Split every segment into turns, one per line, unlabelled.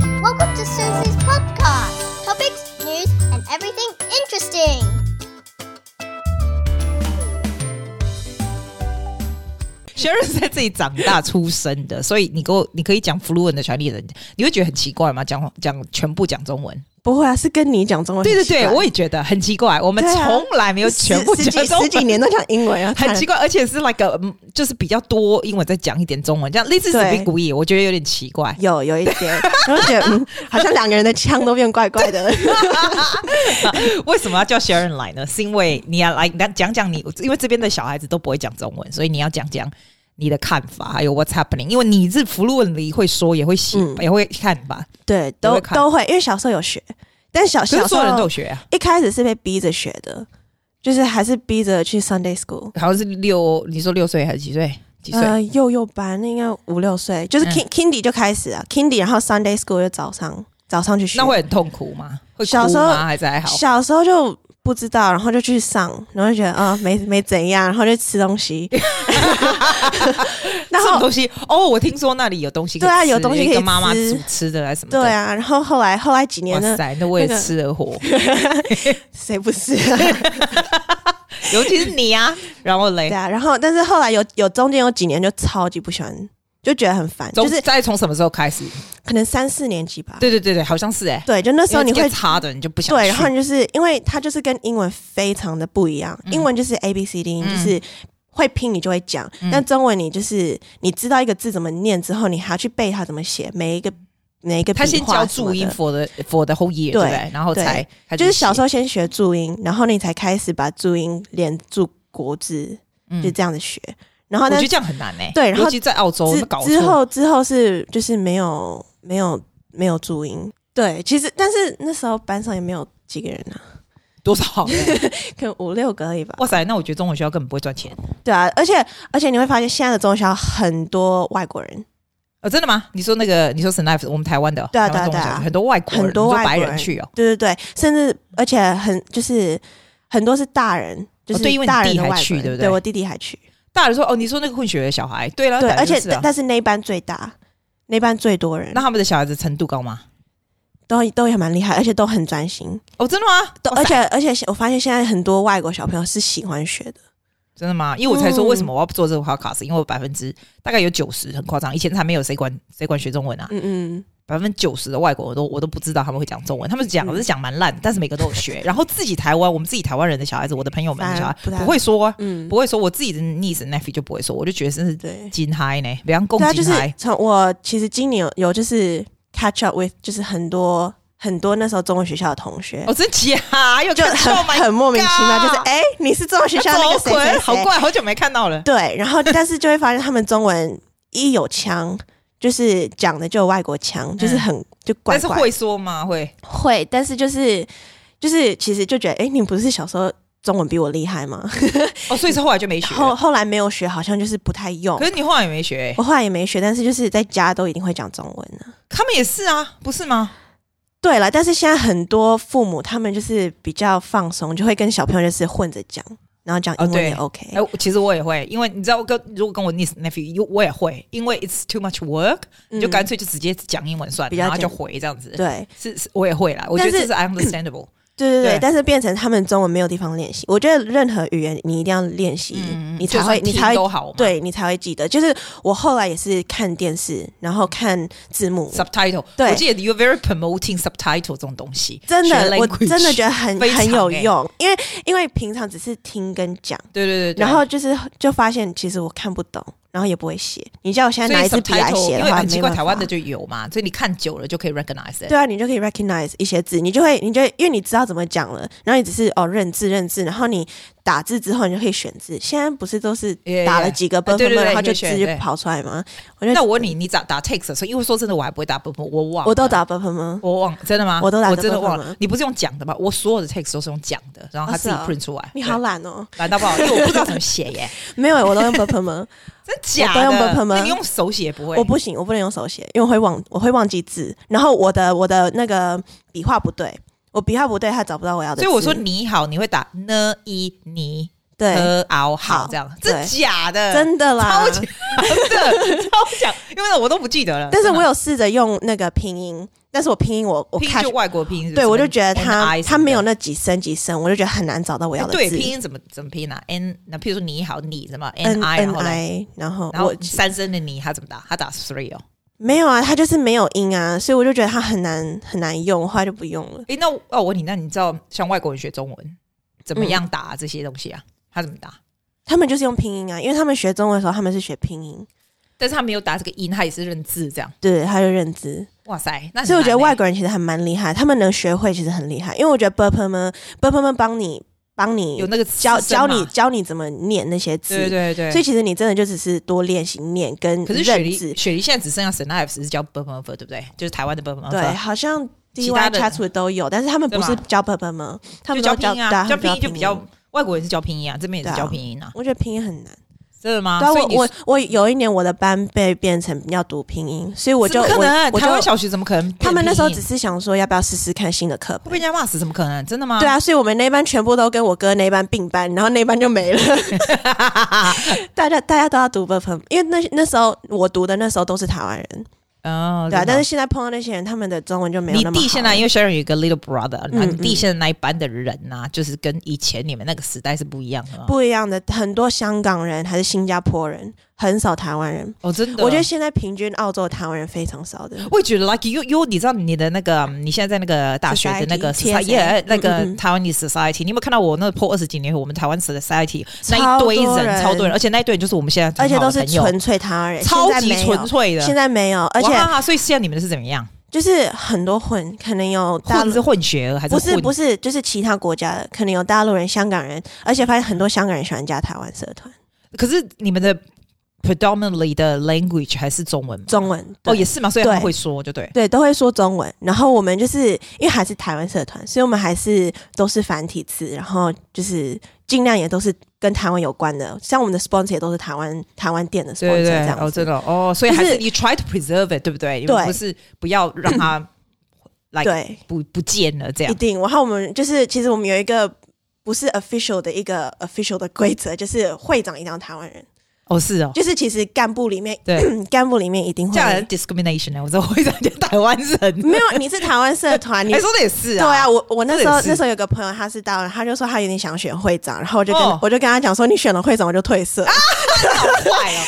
to Susie's podcast. Topics, news, and everything interesting.
Sharon 是在这里长大出生的，所以你给我，你可以讲 fluent 的权利人，你会觉得很奇怪吗？讲讲全部讲中文？
不会啊，是跟你讲中 文很
对
奇
对
怪。
对，我也觉得很奇怪。我们
对啊
从来没有全部
十十
讲
几
中
十几
文。
年都讲英文啊，
很奇怪，而且是 like a，嗯就是比较多英文，再讲一点中文，这样类似是
对
比古语，我觉得有点奇怪
看。有有一点，然后觉得嗯，好像两个人的腔都变怪 怪的。
为什么要叫 Sharon 来呢？是因为你要来那讲讲你，因为这边的小孩子都不会讲中文，所以你要讲讲你的看法，还有 What's happening。因为你是 fluently 会说，也会写，
嗯
也会看吧。
对，
你
都
会看
都会，因为小时候有学，但小
可
小
是
时
所有人都有
候
学啊，
一开始是被逼着学的，就是还是逼着去 Sunday school。
好像是六，你说六岁还是几岁？几岁？
呃，幼幼班那应该五六岁，就是
嗯
Kin Kindy 就开始啊，Kindy，然后 Sunday school 就早上早上去学。
那会很痛苦吗？会
小
哭
时候
吗？还是还好？
小时候就不知道，然后就去上，然后就觉得啊、呃没没怎样，然后就吃东 西，然
什么
后
东西？哦，我听说那里有东西可以
对啊
吃
有东西可以
一个妈妈
吃
煮吃的还是什么的？
对啊，然后后来后来几年
哇
呢，
塞，那为
那
了
个
吃而活，
谁不是、啊？
尤其是你啊。然后嘞
对，啊，然后但是后来有有中间有几年就超级不喜欢，就觉得很烦，
从
就是
再从什么时候开始？
可能三四年级吧，
对对对对，好像是哎、
对，就那时候你
因为
会
get 差的，你就不想
对，
去
然后你就是因为它就是跟英文非常的不一样，英文就是 A B C D，、
嗯
就是会拼你就会讲，但中文你就是你知道一个字怎么念之后，你还要去背它怎么写，每一个每一个
他
笔
先
画
教
什么
注音
的
for the for the whole year，对
对
不对？然后才开始
就是小时
候
候先学注音，然后你才开始把注音连注国字，
嗯
就这样子学。然后
我觉
但
得
之
这样很难哎、
对然后
尤其在澳洲搞错
之后之后是就是没有没有没有注音，对，其实但是那时候班上也没有几个人啊，
多少 人？
可能五六个而已吧。
哇塞，那我觉得中文学校根本不会赚钱。
对啊，而且而且你会发现现在的中小很多外国人，
哦，真的吗？你说那个，你说 s n i p e 我们台湾的哦，
对啊
台湾
对
中文
啊对
小
啊
很多外国人，
很多
你说
外国
白人
人
去哦，
对对对，甚至而且很就是很多是大人，就
哦对因
是
为你
大人
弟
的
还
外国
去
人
对不对
对我弟弟还去，
大人说哦，你说那个混血的小孩，对了，
对，
本来
而
就
且
是啊
但但是那一班最大，那一班最多人，
那他们的小孩子程度高吗？
都都也蛮厉害，而且都很专心，
哦，真的吗？
都
哇
而
塞
且而且我发现现在很多外国小朋友是喜欢学的，
真的吗？因为我才说
嗯
为什么我要做这个 podcast，、因为我百分之大概有九十很夸张，以前才没有谁管谁管学中文啊，
嗯嗯，
百分之九十的外国我都我都不知道他们会讲中文，他们讲
嗯
是讲蛮烂，但是每个都有 学。然后自己台湾，我们自己台湾人的小孩子，我的朋友们的小孩
反而不太
不会说、啊，
嗯
不会说，我自己的 niece nephew 就不会说，我就觉得真是
对
金嗨呢，比方共
对啊，就
金
是
嗨。
从我其实今年有有就是 catch up with 就是很多很多那时候中文学校的同学，
哦，真假？又
就
看
很
到，Oh my
很莫名其妙，
God
就是哎、你是中文学校那个谁
走
谁谁，
好怪，好久没看到了。
对，然后但是就会发现他们中文一有腔，就是讲的就有外国腔，就是很、就
嗯
怪
但是
怪
会说吗？会
会，但是就是就是其实就觉得哎、你不是小时候中文比我厉害吗？
哦，所以是后来就没学。
后后来没有学，好像就是不太用
可。是你后来也没学、
我后来也没学，但是就是在家都一定会讲中文的、
他们也是啊，不是吗？
对了，但是现在很多父母他们就是比较放松，就会跟小朋友就是混着讲，然后讲英文
对
也 OK。
哎、其实我也会，因为你知道，跟如果跟我 niece nephew，我也会，因为 it's too much work，、你就
嗯
干脆就直接讲英文算了，
比较
然后就
简
回这样子。
对，
是，是我也会啦，我觉
但
得
是
这是 understandable。
对对对，
对
但是变成他们中文没有地方练习。我觉得任何语言你一定要练习，
嗯，
你
就
才
算
会你
听
才
都
会
好嘛。
对你才会记得。就是我后来也是看电视，然后看字幕，
subtitle，
对
我记得 you're very promoting subtitle 这种东西，
真
学
的我
language
真的觉得很
非常
很有
欸
用，因为因为平常只是听跟讲，
对对对对，
然后就是就发现其实我看不懂，然后也不会写。你叫我现在拿一支笔来
所以 subtitle，
写
因
的
为
话，
很奇怪，
没办法
台湾的就有嘛，所以你看久了就可以 recognize it。
对啊，你就可以 recognize 一些字，你就会，你就会因为你知道怎么讲了，然后你只是哦认字认字，然后你打字之后你就可以选字。现在不是都是
Yeah,
打了几
yeah.
个
啊
buffer，
对对对
然后就
你可以
字
选
就
对
跑出来吗？我就
那我问你，你咋打 text 的时候？因为说真的，我还不会打 b u 我忘了，
我都打 buffer 吗？
我忘真的吗？
我都懒
我
得
真的忘
做
了
吗。
你不是用讲的吗？我所有的 text 都是用讲的，然后他
哦
自
是
己
啊
print 出来。
你好
对，
懒哦，
懒到爆，因为我不知道怎么写 耶，
没有，欸我都用 buffer 吗？
真假
我都用
的？
Burp 吗
那你用手写不会？
我不行，我不能用手写，因为我会忘，我会忘记字，然后我的我的那个笔画不对，我笔画不对，他找不到我要的字。
所以我说你好，你会打呢一你
对，
和熬好
好
这样，
对
真假的？
真的啦
超。强的，超强，因为我都不记得了。
但是
真的
我有试着用那个拼音，但是我拼音我我
拼音
看
就外国拼音是不是，
对我就觉得他
NI
他没有
什么
那几声几声，我就觉得很难找到我要
的
的
哎对
字。
拼音怎么怎么拼啊？n 那譬如说你好你什么
N
n i
N
然后嘞
I，然后
然后
我
三声的你他怎么打？他打 three 哦。
没有啊，他就是没有音啊，所以我就觉得他很难很难用，后来就不用了。
诶，那我哦，我问你，那你知道像外国人学中文怎么样打啊、这些东西啊？他怎么打？
他们就是用拼音啊，因为他们学中文的时候，他们是学拼音，
但是他没有打这个音，他也是认字这样。
对，他就认知。
哇塞，那很
所以我觉得
难欸
外国人其实还蛮厉害，他们能学会其实很厉害，因为我觉得 b u r p e 们 b u r p e 们帮你帮你
有那个
教
词声嘛
教你教你怎么念那些字，
对对对，
所以其实你真的就只是多练习念跟
可是雪
认
梨
字，
雪梨现在只剩下 s e n i f 是教 b u r p e r 对不对？就是台湾的 b u r p e r
对，好像 D
其
Y
他的
Chatswood 都有，但是他们
对
不是
吧
教 b u r p e 们，他
就
们
教
都
拼音
对
啊，
他
教
们
拼音就
音
比较。外国人是教拼音啊，这边也是
对啊
教拼音啊，
我觉得拼音很难，
真的吗？
对啊，
所以
我
你
我我有一年我的班被变成要读拼音，所以我就
怎么可能啊
我我
台湾
就
小学怎么可能变拼音？
他们那时候只是想说要不要试试看新的课
会
本
被，人家骂死，怎么可能？真的吗？
对，啊，所以我们那一班全部都跟我哥那一班并班，然后那一班就 没了。大家大家都要读 b u r p e 因为那那时候我读的那时候都是台湾人，
哦，
对
真
啊，
的
但是现在碰到那些人，他们的中文就没有
你
那么好
弟
了
现在因为 Sharon 有一个 little brother，那、
嗯
你弟现在那一班的人呐、就是跟以前你们那个时代是不一样的吗？啊
不一样的，很多香港人还是新加坡人，很少台湾人。
哦，真的，
我觉得现在平均澳洲台湾人非常少的，
我也觉得 like you you，你知道你的那个，你现在在那个大学的那个
Society，
society，yeah，
嗯
那个
嗯嗯
台湾的 society，你有没有看到我那破二十几年后，我们台湾 society 那
超
一
多
堆人，
人
超多人，而且那一堆人就是我们现在
而
很
且
好的
都是
朋友
纯粹台湾人，
超
现在
级
没有
纯粹的，
现在没有，而且
哇所以现在你们是怎么样？
就是很多混，可能有大
混
陆
是混血儿还是
不是
混
不是，就是其他国家的，可能有大陆人、香港人，而且发现很多香港人喜欢加台湾社团，
可是你们的 predominantly 的 language 还是中文吗？
中文
哦，
对
也是嘛，所以他们
对
会说，就对。
对，都会说中文。然后我们就是因为还是台湾社团，所以我们还是都是繁体字，然后就是尽量也都是跟台湾有关的，像我们的 sponsor 也都是台湾台湾店的 sponsor
对对
这
对，
样
哦，
子。
真的哦，所以还是
就是
你 try to preserve it，对不对？你们
对
不是不要让 它 like
对，
不不见了这
一
样。
定。然后我们就是，其实我们有一个不是 official 的一个 official 的规则，就是会长一定要台湾人，
哦，是哦，
就是其实干部里面，
对，
干部里面一定会
这样很 discrimination 欸 呢、我怎么会讲台湾人？
没有，你是台湾社团，你
哎，说的也是
对啊，
啊，
我我那时
这
候
也是
那时候有个朋友，他是大陆人，他就说他有点想选会长，然后我就跟、
哦
我就跟他讲说，你选了会长我就退社，
好坏哦。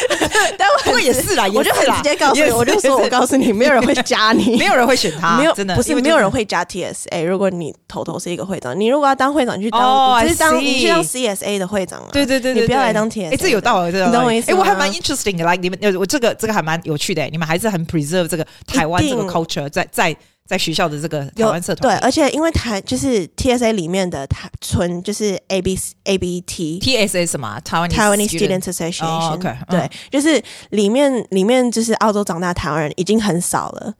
但我
不过也是啦，
我就
也
很
是啦
直接告诉
也
你，
是
我就说
也是
我告诉你，没有人会加 你，
没有人会选他，
没有
真的
不是
因为
没有
就是
人会加 TSA。如果你头头是一个会长，你如果要当会长，你去当、
哦
你
I
去当你去当
see
CSA 的会长啊，
对对对对，
你不要
对
来当 TSA
哎，这有道理，这有道理
你懂我意思
哎，我还
吗
蛮 interesting 的，like 你们，呃我这个这个还蛮有趣的，你们还是很 preserve 这个台湾这个
一定
culture，在在在学校的这个台
有
湾社
对，
团
而且因为台就是 TSA 里面的台纯就是 AB ABT。
TSA 什么啊台湾
Taiwanese Students Association，、
哦，OK，嗯
对，就是里面里面就是澳洲长大的台湾人已经很少了，
哦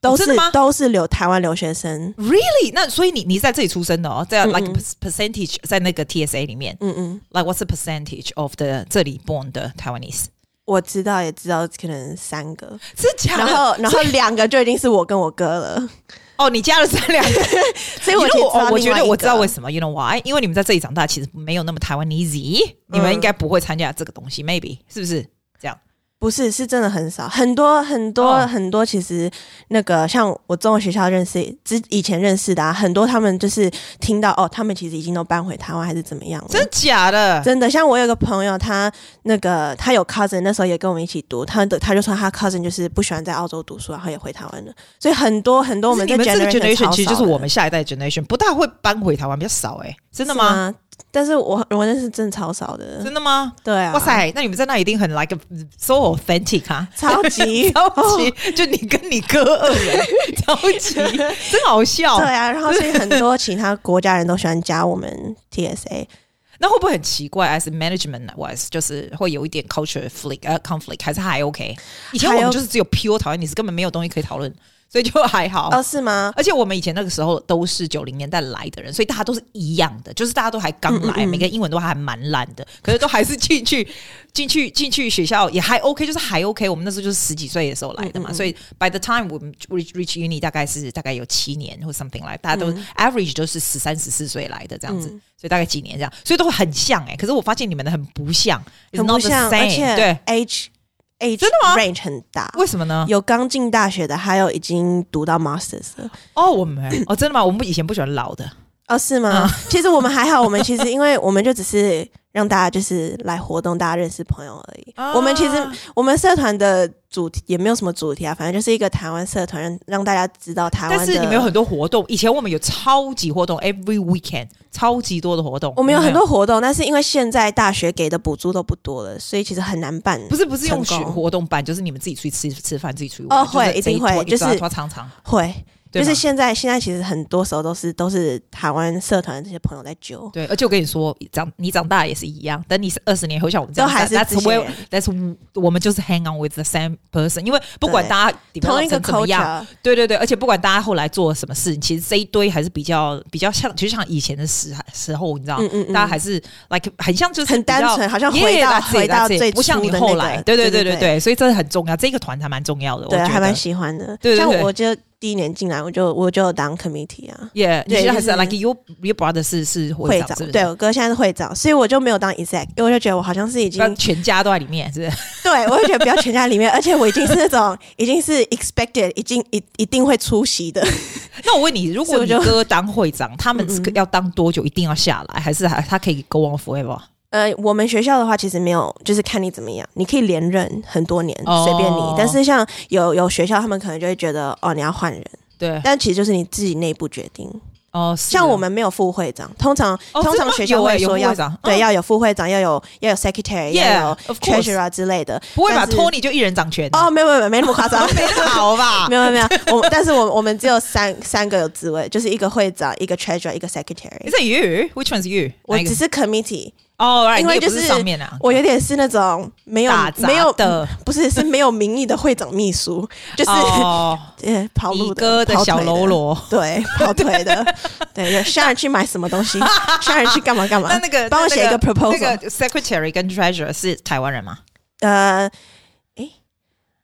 都
真
是、
的吗
都是留台湾留学生。
Really？那所以你你在这里出生的哦，在
嗯
like
嗯
per- percentage 在那个 TSA 里面
嗯嗯，
，like what's the percentage of the 这里 born 的 Taiwanese？
我知道也知道，可能三个，
是假的？
然后然后
呃所以
两个就已经是我跟我哥 了，
哦，你加了三两个，
所以我
You
其
know，
实知道
哦我
另
觉
外
得
一
我知
个
道为什么，you know why？因为你们在这里长大，其实没有那么 Taiwanese，你们应该不会参加这个
嗯
东西，maybe 是不是？这样
不是，是真的很少，很多很多、
哦
很多。其实那个像我中文学校认识之以前认识的、啊，很多他们就是听到哦，他们其实已经都搬回台湾还是怎么样了。
真的假的？
真的，像我有个朋友，他那个他有 cousin，那时候也跟我们一起读，他的他就说他 cousin 就是不喜欢在澳洲读书，然后也回台湾了。所以很多很多我
可是
们
你
这
们这个 generation
超
其实就
少
是
的
我们下一代 generation，不大会搬回台湾，比较少哎，真的吗？？
是啊但是我我认识真的超少的，
真的吗？
对啊，
哇，塞，那你们在那一定很 like a- so authentic 啊！
超 级
超级，就你跟你哥二人， 超级，真好笑。
对啊，然后所以很多其他国家人都喜欢加我们 TSA，
那会不会很奇怪？As management 啊 wise，就是会有一点 culture flick 呃 conflict，还是还 OK？以前我们就是只有 pure 讨厌，你是根本没有东西可以讨论，所以就还好。
哦，是吗？
而且我们以前那个时候都是九零年代来的人，所以大家都是一样的，就是大家都还刚
嗯
来，每个英文都还蛮烂的，可是都还是进去 进去进去学校也还 OK，就是还 OK。我们那时候就是十几岁的时候来
嗯
的嘛，所以 by the time 我们 reach reach uni 大概是大概有七年或 something like，大家
嗯
都、average 都是十三十四岁来的这样子，所以大概几年这样，所以都会很像哎、可是我发现你们的很不像，it's
很不
not the
像，
same，
而且
对
age age
真的吗
range 很大，
为什么呢？
有刚进大学的，还有已经读到 masters 的。
哦，我们哦，真的吗？我们以前不喜欢老的，
哦，是吗？
嗯
其实我们还好，我们其实因为我们就只是让大家就是来活动，大家认识朋友而已。
啊
我们其实我们社团的主题也没有什么主题啊，反正就是一个台湾社团，让让大家知道台湾
但
的。
是你们有很多活动。以前我们有超级活动，every weekend 超级多的活动。
我们有很多活动，但是因为现在大学给的补助都不多了，所以其实很难办。
不是不是用学
成功
活动办，就是你们自己出去吃吃饭，自己出去玩。
哦会
就是这
一定会
坨
就是
一抓抓长长，
会，
对
就
吗
是现在现在其实很多时候都是都是台湾社团的这些朋友在揪。
对。而且我跟你说，长你长大也是一样，等你二十年后像我们这
都
样，
还是
that's
这些
where-
人
that's 我们就是 hang on with the same person，因为不管
对
大家 develop
同一个
成怎么样，
culture，
对对对，而且不管大家后来做什么事情，其实这一堆还是比较比较像，就像以前的时时候，你知道，
嗯嗯嗯
大家还是 like 很像就是
很
比较
单纯好像回
Yeah,
到
that's it,
回到
that's it，
最
不像
初
你
的
后
那
来，
个
对对
对
对对
对
对，所以这很重要，这个团还蛮重要的，我
对，
觉得
还蛮喜欢的。
对对
像
对
我就第一年进来，我就我就有当 committee 啊，
Yeah，你
对
现在还
就是是
like your your brother 是是会长，
长
是不是
对我哥现在是会长，所以我就没有当 exec，因为我就觉得我好像是已经
那全家都在里面，是不是？
对我就觉得不要全家里面，而且我已经是那种已经是 expected，已经一一定会出席的。
那我问你，如果
所
你
以我就嗯
哥当会长，他们是要当多久？一定要下来，还是还他可以 go on forever？
呃，我们学校的话其实没有，就是看你怎么样，你可以连任很多年，
哦
随便你。但是像有有学校，他们可能就会觉得哦，你要换人，
对，
但其实就是你自己内部决定。
哦，是
像我们没有副会长，通常、
哦
通
真的
常
吗
学校
有欸
会说
有副
要
会长
对、
嗯
要有副会长，要有要有 secretary，要
Yeah，
有
of course
treasurer 之类的。
不会吧
但是
？Tony 就一人掌权
哦，没有没有没有没那么夸张，
没好吧？
没有没有没有，我但是我我们只有三三个有职位，就是一个会长，一个 treasurer，一个 secretary
Is。that you? Which one's you?
我
哪一个
只是 committee，
哦，right，
因
你
为
也
就
不是上面啊，
我有点是那种没有
打杂
没有
的，
不是是没有名义的会长秘书， 就是
哦，
呃跑路
你哥
的
的
跑
小
腿
喽啰。
对，跑腿的， 对，就上人去买什么东西，上人去干嘛干嘛。
那那个
帮我
那
写一个
个
proposal，、
那个 secretary 跟 treasurer 是台湾人吗？
呃，诶，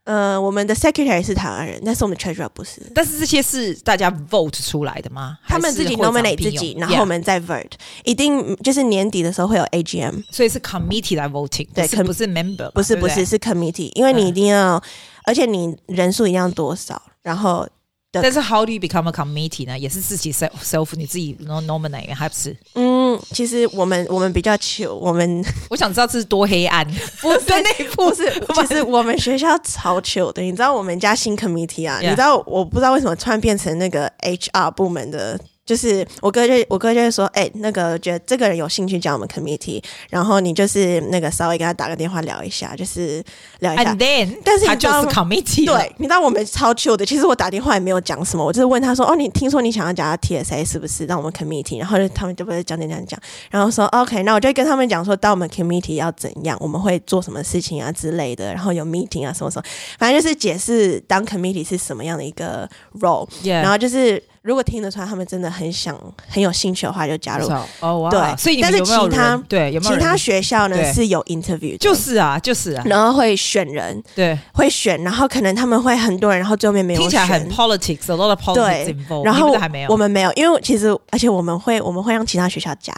呃，我们的 secretary 是台湾人，但是我们 treasurer 不是。
但是这些是大家 vote 出来的吗？
他
还
们
是
自己
会长
nominate
聘
自
用
己，然后我
Yeah，
们再 vote，一定就是年底的时候会有 AGM，
所以是 committee 来 voting，
对
不是
com-
不是 member，嘛
不是
对
不
对
是是 committee，因为你一定要，而且你人数一定要多少，然后
但是 how do you become a committee 呢？也是自己 self self 你自己 nom- nominate 还不是？
嗯，其实我们我们比较求我们
我想知道这是多黑暗，不 是内部
不是，就是我们学校超糗的，你知道我们家新 committee 啊
Yeah
你知道我不知道为什么突然变成那个 HR 部门的，就是我哥就我哥就会说，哎、那个觉得这个人有兴趣加我们 committee，然后你就是那个稍微跟他打个电话聊一下，就是聊一下
and。then，
但是
他
你知
就
道
是 committee 了
对，你知道我们超糗的。其实我打电话也没有讲什么，我就是问他说：“哦，你听说你想要加 TSA 是不是？让我们 committee。”然后就他们就不会讲讲讲讲，然后说 OK，那我就跟他们讲说，到我们 committee 要怎样，我们会做什么事情啊之类的，然后有 meeting 啊什么什么，反正就是解释当 committee 是什么样的一个 role。
Yeah
然后就是如果听得出来他们真的很想很有兴趣的话，就加入。
哦哦哇，
对
所以你
但
们
是
有没有
其他
人对有没有
其他
人
学校呢
对
是有 interview，的
就是啊就是啊，
然后会选人，
对，
会选，然后可能他们会很多人，然后最后面没有
听起来很
选
politics，a lot of
对
politics involved。
然
你们
后
的还没有，
我们没有，因为其实而且我们会我们会让其他学校加，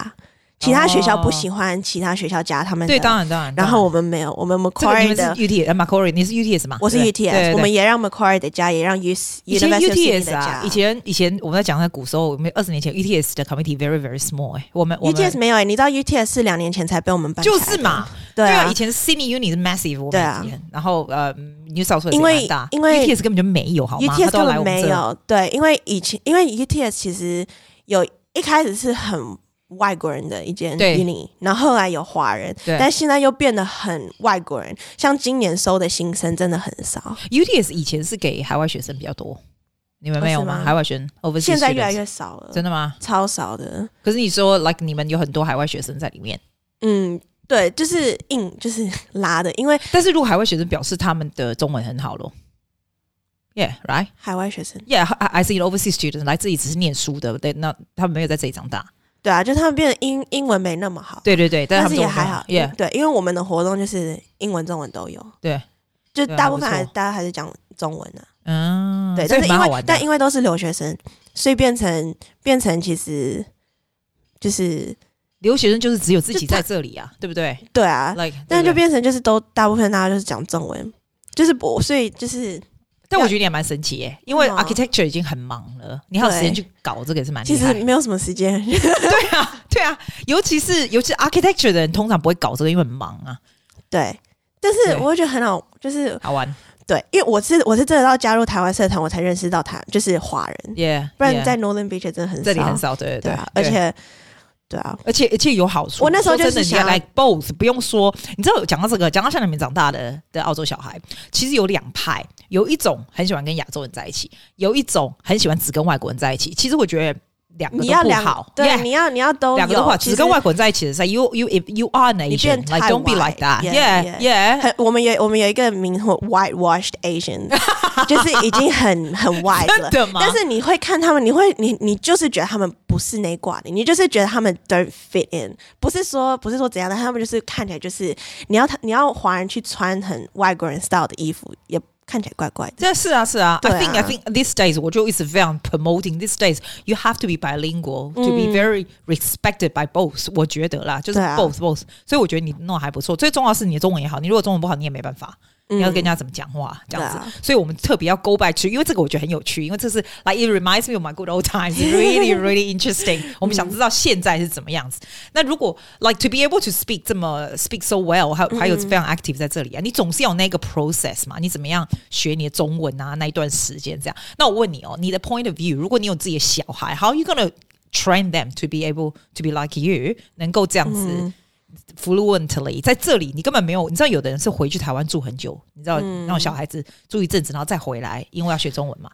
其他学校不喜欢其他学校加他们的
对，当然当然。
然后
我
我们没有，我们
这个你
Macquarie
们是
的，
UTS 呃 Macquarie，你是 UTS 吗？
我是
对对对
UTS，
对
我们也让 Macquarie 的加，也让 U
以前
University 的
UTS
加
啊，以前以前我们在讲在古时候，我们二十年前 UTS 的 committee very very small，哎，我们我
UTS
们
没有哎、你知道 UTS 是两年前才被我们办，
就是，嘛，
对
啊，
啊
以。前 Sydney Uni 是 massive，我
对
们
啊
以前，然后呃 New South Wales
因
也
为
蛮大，
因为
UTS 根本就没有好吗？他
UTS
都要
E 根
来
本
我们
没
这，
有，对，因为以前因为 UTS 其实有一开始是很外国人的一间
对
uni，然后后来有华人，
对
但现在又变得很外国人，像今年收的新生真的很少，
UTS 以前是给海外学生比较多，你们没有
哦是
吗？
吗
海外学生 overseas
现在越来
students
越少了，
真的吗？
超少的，
可是你说，like 你们有很多海外学生在里面，
嗯。对，就是硬，就是拉的，因为
但是如果海外学生表示他们的中文很好咯 y e a h right?
海外学生，
Yeah, I I see overseas students 来这里只是念书的，对，那他们没有在这里长大。
对啊，就他们变得英英文没那么好，
对对对，但
但
他
是
们
也
中文
还好，
Yeah，
对，因为我们的活动就是英文、中文都有，
对，
就
对啊
大部分
不错
还大家还是讲中文啊，
嗯，
对，
所
但
以
是
蛮
因
好
为
玩的
但因为都是留学生，所以变成变成其实就是
留学生就是只有自己
就
在
他
这里啊，对不对
对啊，
？Like，
但
对
就
不对
变成就是都大部分大家就是讲中文，就是我，所以就是
但我觉得你也蛮神奇耶、因为
是吗
architecture 已经很忙了，你还有时间去搞这个也是蛮
其
厉
实
害的。
没有什么时间，
对啊，对啊，尤其是尤其是 architecture 的人，通常不会搞这个，因为很忙啊，
对。但是
对
我会觉得很好，就是
好玩。
对，因为我是我是真的到加入台湾社团，我才认识到台就是华人，
耶、yeah,，
不然在 Northern Beach 真的很少，
这里很少，对对
对啊，而
对
且对啊，
而且而且有好处。
我那时候
说
就
真
是
的，你要
想要
like both，不用说，你知道讲到这个，讲到像你们长大的的澳洲小孩，其实有两派，有一种很喜欢跟亚洲人在一起，有一种很喜欢只跟外国人在一起。其实我觉得两个
你
都
要
不
两
好，
对
yeah
你要你要都
两个都
有
不好，
其
只
实
跟外国人在一起的时候，you you if you are an
你变
Asian，like don't be
Taiwan
like that，
yeah，
yeah yeah，
很， 我们有我们有一个名号 whitewashed Asian，就是已经很很 white 了。
真的吗
但是你会看他们，你会你你就是觉得他们不是那挂的，你就是觉得他们 don't fit in，不是说不是说怎样的，但他们就是看起来就是你要他你要华人去穿很外国人 style 的衣服，也看起来怪怪的。
这是啊是啊，I
对啊
think I think these days 我就一直非常 promoting these days you have to be bilingual to be very respected by both，我觉得啦，就是
对啊
both both，所以我觉得你弄得还不错。最重要的是你的中文也好，你如果中文不好，你也没办法。你要跟人家怎么讲话这样子
嗯对啊，
所以我们特别要 go back to，因为这个我觉得很有趣，因为这是 like it reminds me of my good old times，really really interesting。我们想知道现在是怎么样子。那如果 like to be able to speak 这么 speak so well，还有还
嗯
有非常 active 在这里啊，你总是要有那个 process 嘛，你怎么样学你的中文啊？那一段时间这样。那我问你哦，你的 point of view，如果你有自己的小孩，how are you gonna train them to be able to be like you，能够这样子？fluently，在这里你根本没有，你知道有的人是回去台湾住很久，你知道
嗯
那种小孩子住一阵子，然后再回来，因为要学中文嘛。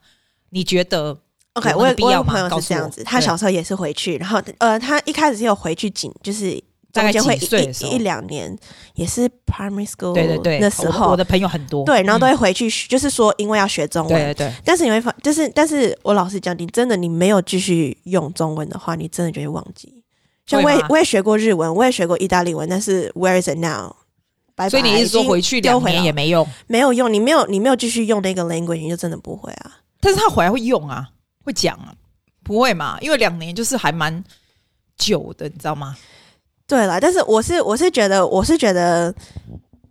你觉得
OK，
有
我
那
有
个必
我
要
有
吗
朋友
告
是
诉
这样
我
子，他
对
小时候也是回去，然后呃，他一开始是有回去警，就是
大概
中间会
几
一
岁的时
一
候
一两年，也是 primary school
对对对，
哦那时
我
候
我的朋友很多，
对，然后都会回去，学，就是说因为要学中文，
哦嗯对对对，
但是你会发，就是但是我老实讲，你真的你没有继续用中文的话，你真的就会忘记。像我
会
也
吗
我也学过日文，我也学过意大利文，但是 Where is it now？拜拜
所以你是说回去两年也
已经丢回来
没用，
没有用，你没有你没有继续用那个 language，你就真的不会啊。
但是他回来会用啊，会讲啊，不会嘛？因为两年就是还蛮久的，你知道吗？
对啦，但是我是我是觉得我是觉得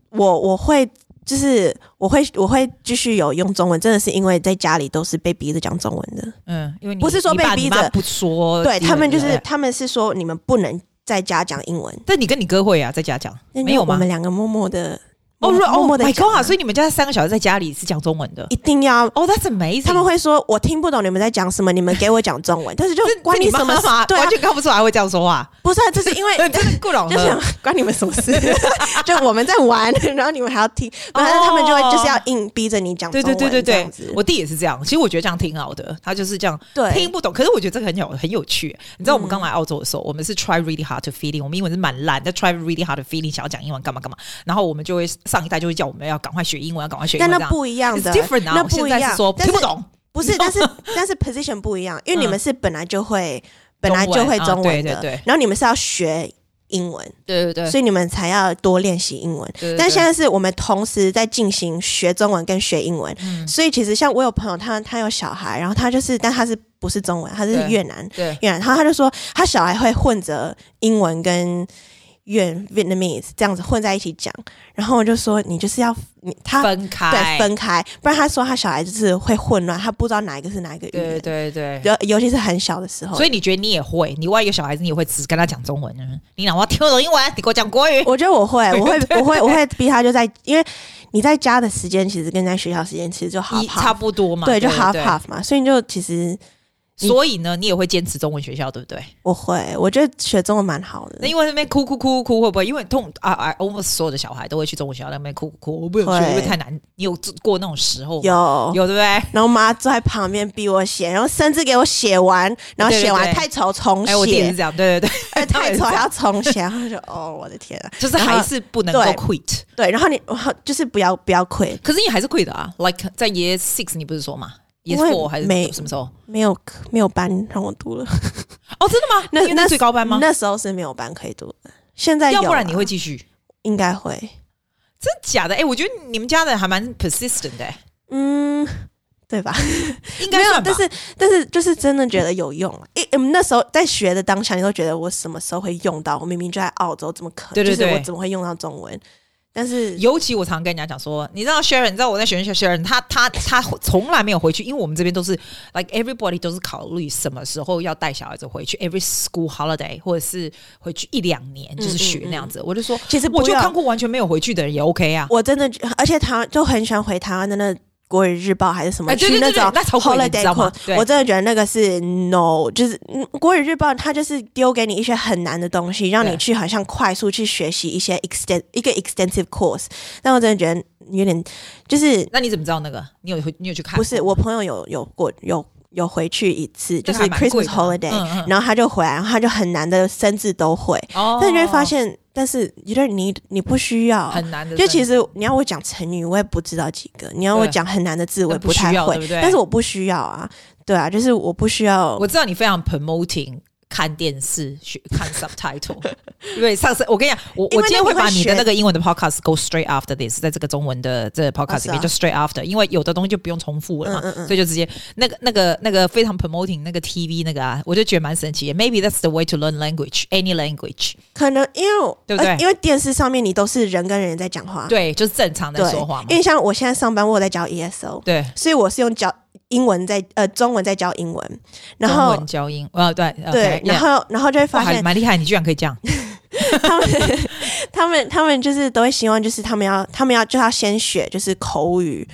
我我会就是我会我会继续有用中文，真的是因为在家里都是被逼着讲中文的。
嗯，因为你
不是说
你爸
被逼
你妈
着
不说，
对他们就
对
是
不对，
他们是说你们不能在家讲英文，
但你跟你哥会啊，在家讲
那
没有
我
吗
们？两个默默的
哦
默默
哦
的
，My
讲
God！
啊
啊所以你们家三个小时在家里是讲中文的。
一定要。
哦、t h a t s amazing！
他们会说：“我听不懂你们在讲什么，你们给我讲 中文。”但是就
这
关
这你
什么
妈
事
妈？
对啊
完，全看不出来会这样说话，
不是啊，这 是因为
真的够老
就
了
想。关你们什么 事？就我们在玩，然后你们还要听，
哦
反正他们就会就是要硬逼着你讲中
对
文
对对对
这
对
样子，
我弟也是这样。其实我觉得这样挺好的，他就是这样
对
听不懂。可是我觉得这个很有很有趣。你知道我们刚来澳洲的
嗯
时候，我们是 try really hard to feeling，我们英文是蛮烂，但 try really hard to feeling，想要讲英文干嘛干嘛。然后我们就会上一代就会叫我们要赶快学英文，要赶快学英
但
文。
那
这样
不一样
It's
的
different 啊！
那
我
不
现
一
在
样
是说
但
听不懂，
不是，但是 但是 position 不一样，因为你们是本来就会本来就会
嗯中
中
文啊对
文的，
对对
然后你们是要学英文，
对对对
所以你们才要多练习英文。
对对对
但现在是我们同时在进行学中文跟学英文，
嗯
所以其实像我有朋友他，他有小孩，然后他就是，但他是不是中文，他是
对
越南
对
越南，然后他就说他小孩会混着英文跟。越 Vietnamese 这样子混在一起讲，然后我就说你就是要你他
分
对
开，
分开，不然他说他小孩就是会混乱，他不知道哪一个是哪一个语
对
言，
对对。
尤尤其是很小的时候，
所以你觉得你也会？你万一有小孩子，你也会只跟他讲中文？嗯你哪怕听不懂英文，你给我讲国语。
我觉得 我会，我会，我会，我会逼他就在，因为你在家的时间其实跟在学校时间其实就好
一差不多嘛，
对，就
对
half
对
half 嘛，所以你就其实
所以呢，你也会坚持中文学校，对不对？
我会，我觉得学中文蛮好
那
的，
因为那边哭哭哭哭，会不会因为痛啊啊？almost 所有的小孩都会去中文学校那边哭哭哭，我不想去，
会
因为太难。你有过那种时候吗？
有。
有对不对？
然后妈坐在旁边逼我写，然后甚至给我写完，然后
对对
写完
对
太丑重
哎，我弟也
写
是，这样，对对
哎
对，
太丑还
他
要重写，然后 就哦我的天啊，
就是
然后
还是不能够
对
quit。
对，然后你然后就是不要不要 quit，
可是你还是 quit 的啊，like 在 year six 你不是说嘛，year
我也
four 还是
没
什么时候？
没有没有班让我读了，
哦，真的吗？
那
因为
那
最高班吗？
那时候是没有班可以读的，现在有
要
啊
不然你会继续？
应该会，
真的假的？哎，我觉得你们家的还蛮 persistent 的，
嗯，对吧？
应
没
该
有，
算吧
但。是但是就是真的觉得有用啊。诶，我们那时候在学的当下，你都觉得我什么时候会用到？我明明就在澳洲，怎么可能？
对对对
就是我怎么会用到中文？但是
尤其我常跟人家讲说，你知道 Sharon，你知道我在学校 Sharon，他他他从来没有回去，因为我们这边都是 like everybody 都是考虑什么时候要带小孩子回去，every school holiday 或者是回去一两年，就是学那样子。我就说，
嗯其实不
我就
要
看过完全没有回去的人也 OK 啊。
我真的觉，而且台湾就很喜欢回台湾的那。国语日报还是什么
哎对
去
对
那
对对
种
那超贵的你
holiday
知道吗
quote，
对
我真的觉得那个是 no，就是嗯国语日报它就是丢给你一些很难的东西，让你
对
去好像快速去学习一些 exten 一个 extensive course，但我真的觉得有点就是
那你怎么知道那个？你有回你有去看？
不是，我朋友有有过有有回去一次，
那
就是
还蛮贵
Christmas
的
holiday，、
嗯嗯
然后他就回来，然后他就很难的生字都会，
哦
但你会发现，但是 you don't need，你不需要。
很难的，
就其
实
实你要我讲成语，我也不知道几个；你要我
对
讲很难的字，我也
那不
太
需要
会。
对不对
但是我不需要啊，对啊，就是我不需要。
我知道你非常 promoting。看电视学看 subtitle，因 为上次我跟你讲，我
因为
我今天
那
会
你会
把你的
学
那个英文的 podcast go straight after this，在这个中文的这个 podcast
是
里
啊
面就 straight after，因为有的东西就不用重复了嘛，
嗯嗯嗯
所以就直接那个那个那个非常 promoting 那个 TV 那个啊，我就觉得蛮神奇的。Maybe that's the way to learn language, any language。
可能因为我
对不对
呃因为电视上面你都是人跟人在讲话，
对，就是正常
对
的说话嘛
因。为像我现在上班，我有在教 ESO，
对，
所以我是用教英文在呃中文在教英文，然
中
后
文教英，啊，对
对
OK，，
然
yeah
后然后就会
哇
发
还
现
蛮厉害，你居然可以这样。
他们他们他们就是都会希望，就是他们要他们要就要先学就是口语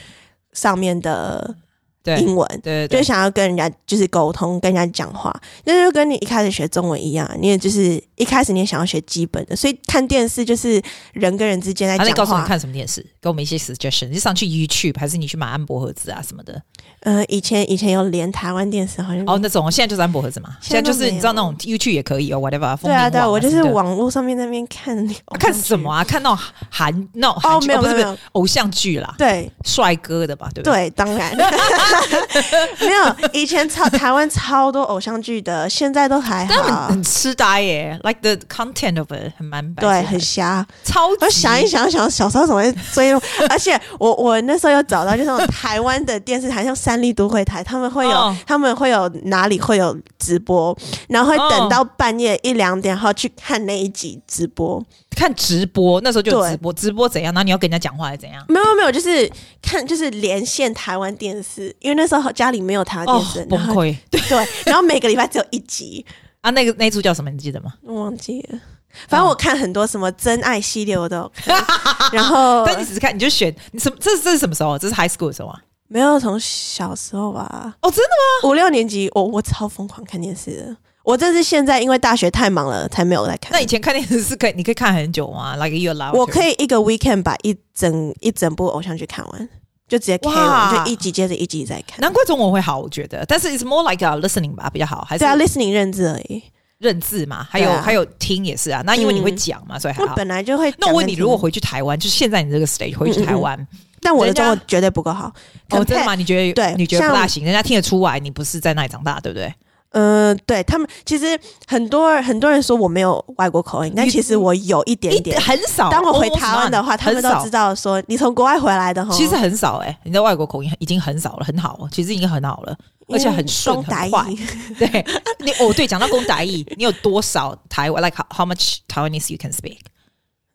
上面的
对
英文，
对对
就是
对，
想要跟人家就是沟通，跟人家讲话，那就跟你一开始学中文一样，你也就是一开始你也想要学基本的，所以看电视就是人跟人之间在
他在告
讲
诉啊你
话。
看什么电视，给我们一些 suggestion。你上去 YouTube 还是你去买安博盒子啊什么的？
呃，以前以前有连台湾电视好像。
哦，那种现在就是安博盒子嘛，
现
现
在
在
都
就是你知道那种 YouTube 也可以哦，whatever 风
对
铃网
啊，
啊。
对啊，我就
什
是
么的
网络上面那边看
啊看什么？啊？看那种韩那种
哦
韩，剧
没有
不
没有
是不
没
是
有，
偶像剧啦，
对
帅哥的吧？对不对？
对，当然 没有。以前超台湾超多偶像剧的，现在都还
但很
好，
很痴呆耶，like the content of it 很蛮白痴
对，
的
很瞎。
超级。
我想一，想，想小时候怎么会追我？ 而且我我那时候有找到，就是那种台湾的电视台，像三立都会台，他们会有、
哦
他们会有哪里会有直播，然后会等到半夜一两点，然后去看那一集直播。
看直播那时候就有
对
直播，直播怎样？然后你要跟人家讲话还是怎样？
没有没有，就是看就是连线台湾电视，因为那时候家里没有台湾
哦
啊电视，，
崩
然后
溃
对，然后每个礼拜只有一集，
啊！那个那一出叫什么？你记得吗？
我忘记了。反正我看很多什么真爱系列我都有 看，然后
但你只是看，你就选你什么？这这是什么时候？这是 high school 的时候啊？
没有从小时候吧，
哦，真的吗？
五六年级，我哦我超疯狂看电视的。我这是现在因为大学太忙了，才没有来看
那。以前看电视是可以，你可以看很久吗？Like you allow？
我可
以
以一个 weekend 把一整一整部偶像剧看完，就直接 K
哇
完，就一集接着一集在看。
难怪中文会好，我觉得。但是 it's more like a listening 吧，比较好，还是
对啊，listening 认字而已。
认字嘛，还
对
有、
啊嗯
还有听也是啊。那因为你会讲嘛，所以还
我
好。
本来嗯就会。
那我问你，如果，回去台湾，就是现在你这个 stage 回去台湾，
但我的
人家
中文绝对不够好。
哦，真的
Compare-
吗？你觉得
对
你觉得不大
像
行，人家听得出来你不是在那里长大，对不对？
嗯、对他们，其实很多很多人说我没有外国口音，但
你
其实我有一点
一
点。
很少。
当我回
almost
台湾的话，
none，
他们
很少
都知道说你从国外回来的哈。
其实很少哎、你的外国口音已经很少了，很好哦，其实已经很好了，而且很顺
公
很
打
快
一。
对，你哦对，讲到公达意，你有多少台湾？Like how, how much Taiwanese you can speak？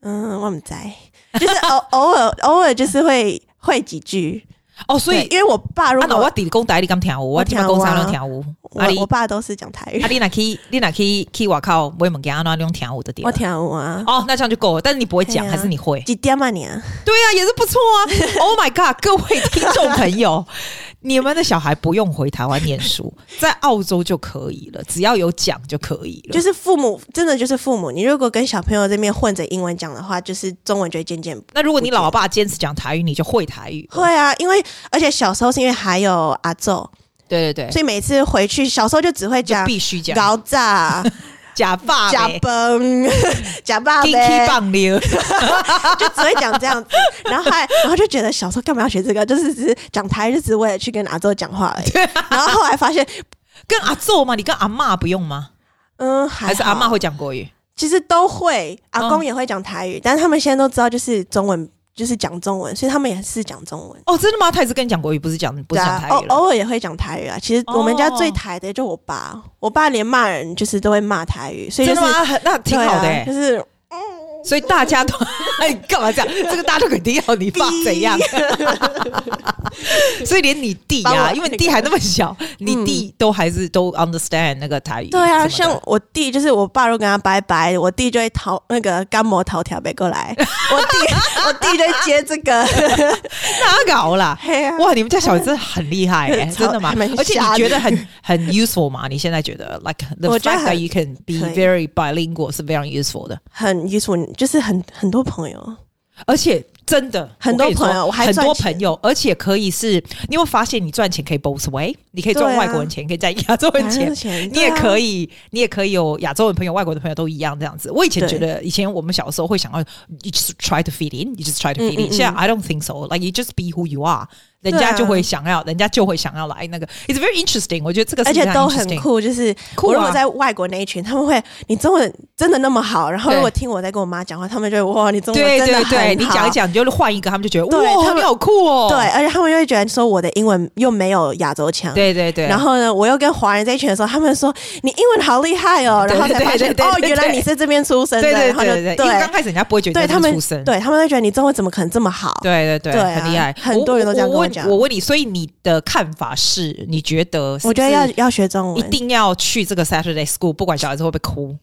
嗯，我们在，就是偶 偶尔偶尔就是会会几句，
哦，所
对
以
因为我爸如
啊，那我
果
底公达你敢听我，我
我
听
听
公
有啊
啥拢听有。
我
啊你
我爸都是讲台语
啊，你若去你若去去外口买物件，安怎用听有的点
我？听有啊，
哦，那这样就够了。但是你不会讲，
对啊
还是你会？
几点嘛你啊？
对啊，也是不错啊。oh my god，各位听众朋友， 你们的小孩不用回台湾念 书，在澳洲就可以了，只要有讲就可以了。
就是父母真的就是父母，你如果跟小朋友这边混着英文讲的话，就是中文就会渐渐不
那如果你老爸坚持讲台语，你就会台语。
会啊，因为而且小时候是因为还有阿昼，
对对对，
所以每次回去小时候就只会讲
必须讲
高炸、
假发
假
呗
崩、假爸
，kinky
呗，
棒溜，
就只会讲这样子， 然后后来，然后就觉得小时候干嘛要学这个，就是只是讲台语，就只是为了去跟阿周讲话而已。
啊
然后后来发现，
跟阿昼嘛，你跟阿嬷不用吗？
嗯，
还
还
是
好
阿嬷会，讲国语？
其实都会，阿
嗯
公也会讲台语，但是他们现在都知道就是中文，就是讲中文，所以他们也是讲中文。
哦，真的吗？他也是跟你讲国语，不是讲不
对
是讲
啊
台，
偶
语了。
偶尔也会讲台语啊。其实我们家
哦
最台的就我爸，我爸连骂人就是都会骂台语，所以
真
就
的
是
吗？很那挺好的
对
欸
啊就。是
所以大家都 哎干嘛这样？这个大家都肯定要你 爸怎样？ 所以连你弟
把
啊，
我嗯
因为你弟还那么小，你弟都还是都 understand 那个台语什
对
么的。
啊，像我弟就是我爸，如果跟他拜拜，我弟就会逃那个干磨头条背过 来，我弟我弟就会接这个，
哪搞啦
嘿啊？
哇，你们家小孩真的很厉害欸，
超
真的吗
还蛮？
而且
瞎
你觉
的
得很很 useful 吗？你现在觉得 like the
我
fact
觉得
that
很
you can be
可以
very bilingual 是非常 useful 的，
很 useful，就是很很多朋友，
而且真的
很多
我跟你说
朋友我还
很多
赚钱
朋友，而且可以是，你有没有发现你赚钱可以 both way，你可以赚
对啊
外国人钱，可以赚亚洲人
反
钱
正。钱啊
你也可
以，
以，你也可以有亚洲人朋友、外国的朋友都一样这样子。我以前
对
觉得，以前我们小时候会想要，you just try to fit in，you just try to
嗯
fit in
嗯。
现在 I don't think so. Like you just be who you are，人
对
家
啊
就会想要，人家就会想要来那个。It's very interesting。我觉得这个是
而且
非常
都很
interesting。
酷，就是
酷啊
我如果在外国那一群，他们会你中文真的那么好，然后
对
如果听我在跟我妈讲话，他们就会哇，你中文
对
真的
对
很好，
对，你讲一。讲，你就换一个，他们就觉得
对
哇，
他
你
们
好酷哦。
对，而且他们就会觉得说我的英文又没有亚洲腔，
对对对，
然后呢，我又跟华人在一群的时候，他们说你英文好厉害哦，
对
然后才发现
对对对
哦，
对对
原来你是这边出生
嗯
的，
对对
然后就
对对，因为刚
对
开始人家不会觉得
对
你是
他们
出身，
对他们会觉得你中文怎么可能这么好？
对对对，
对啊
很厉害，
很
我
多人都这样跟
我
我
问
讲
我问你，所以你的看法是，你觉得是
我觉得
不是
要要学中
一
文，
定要去这个 Saturday School，不管小孩子会不会哭。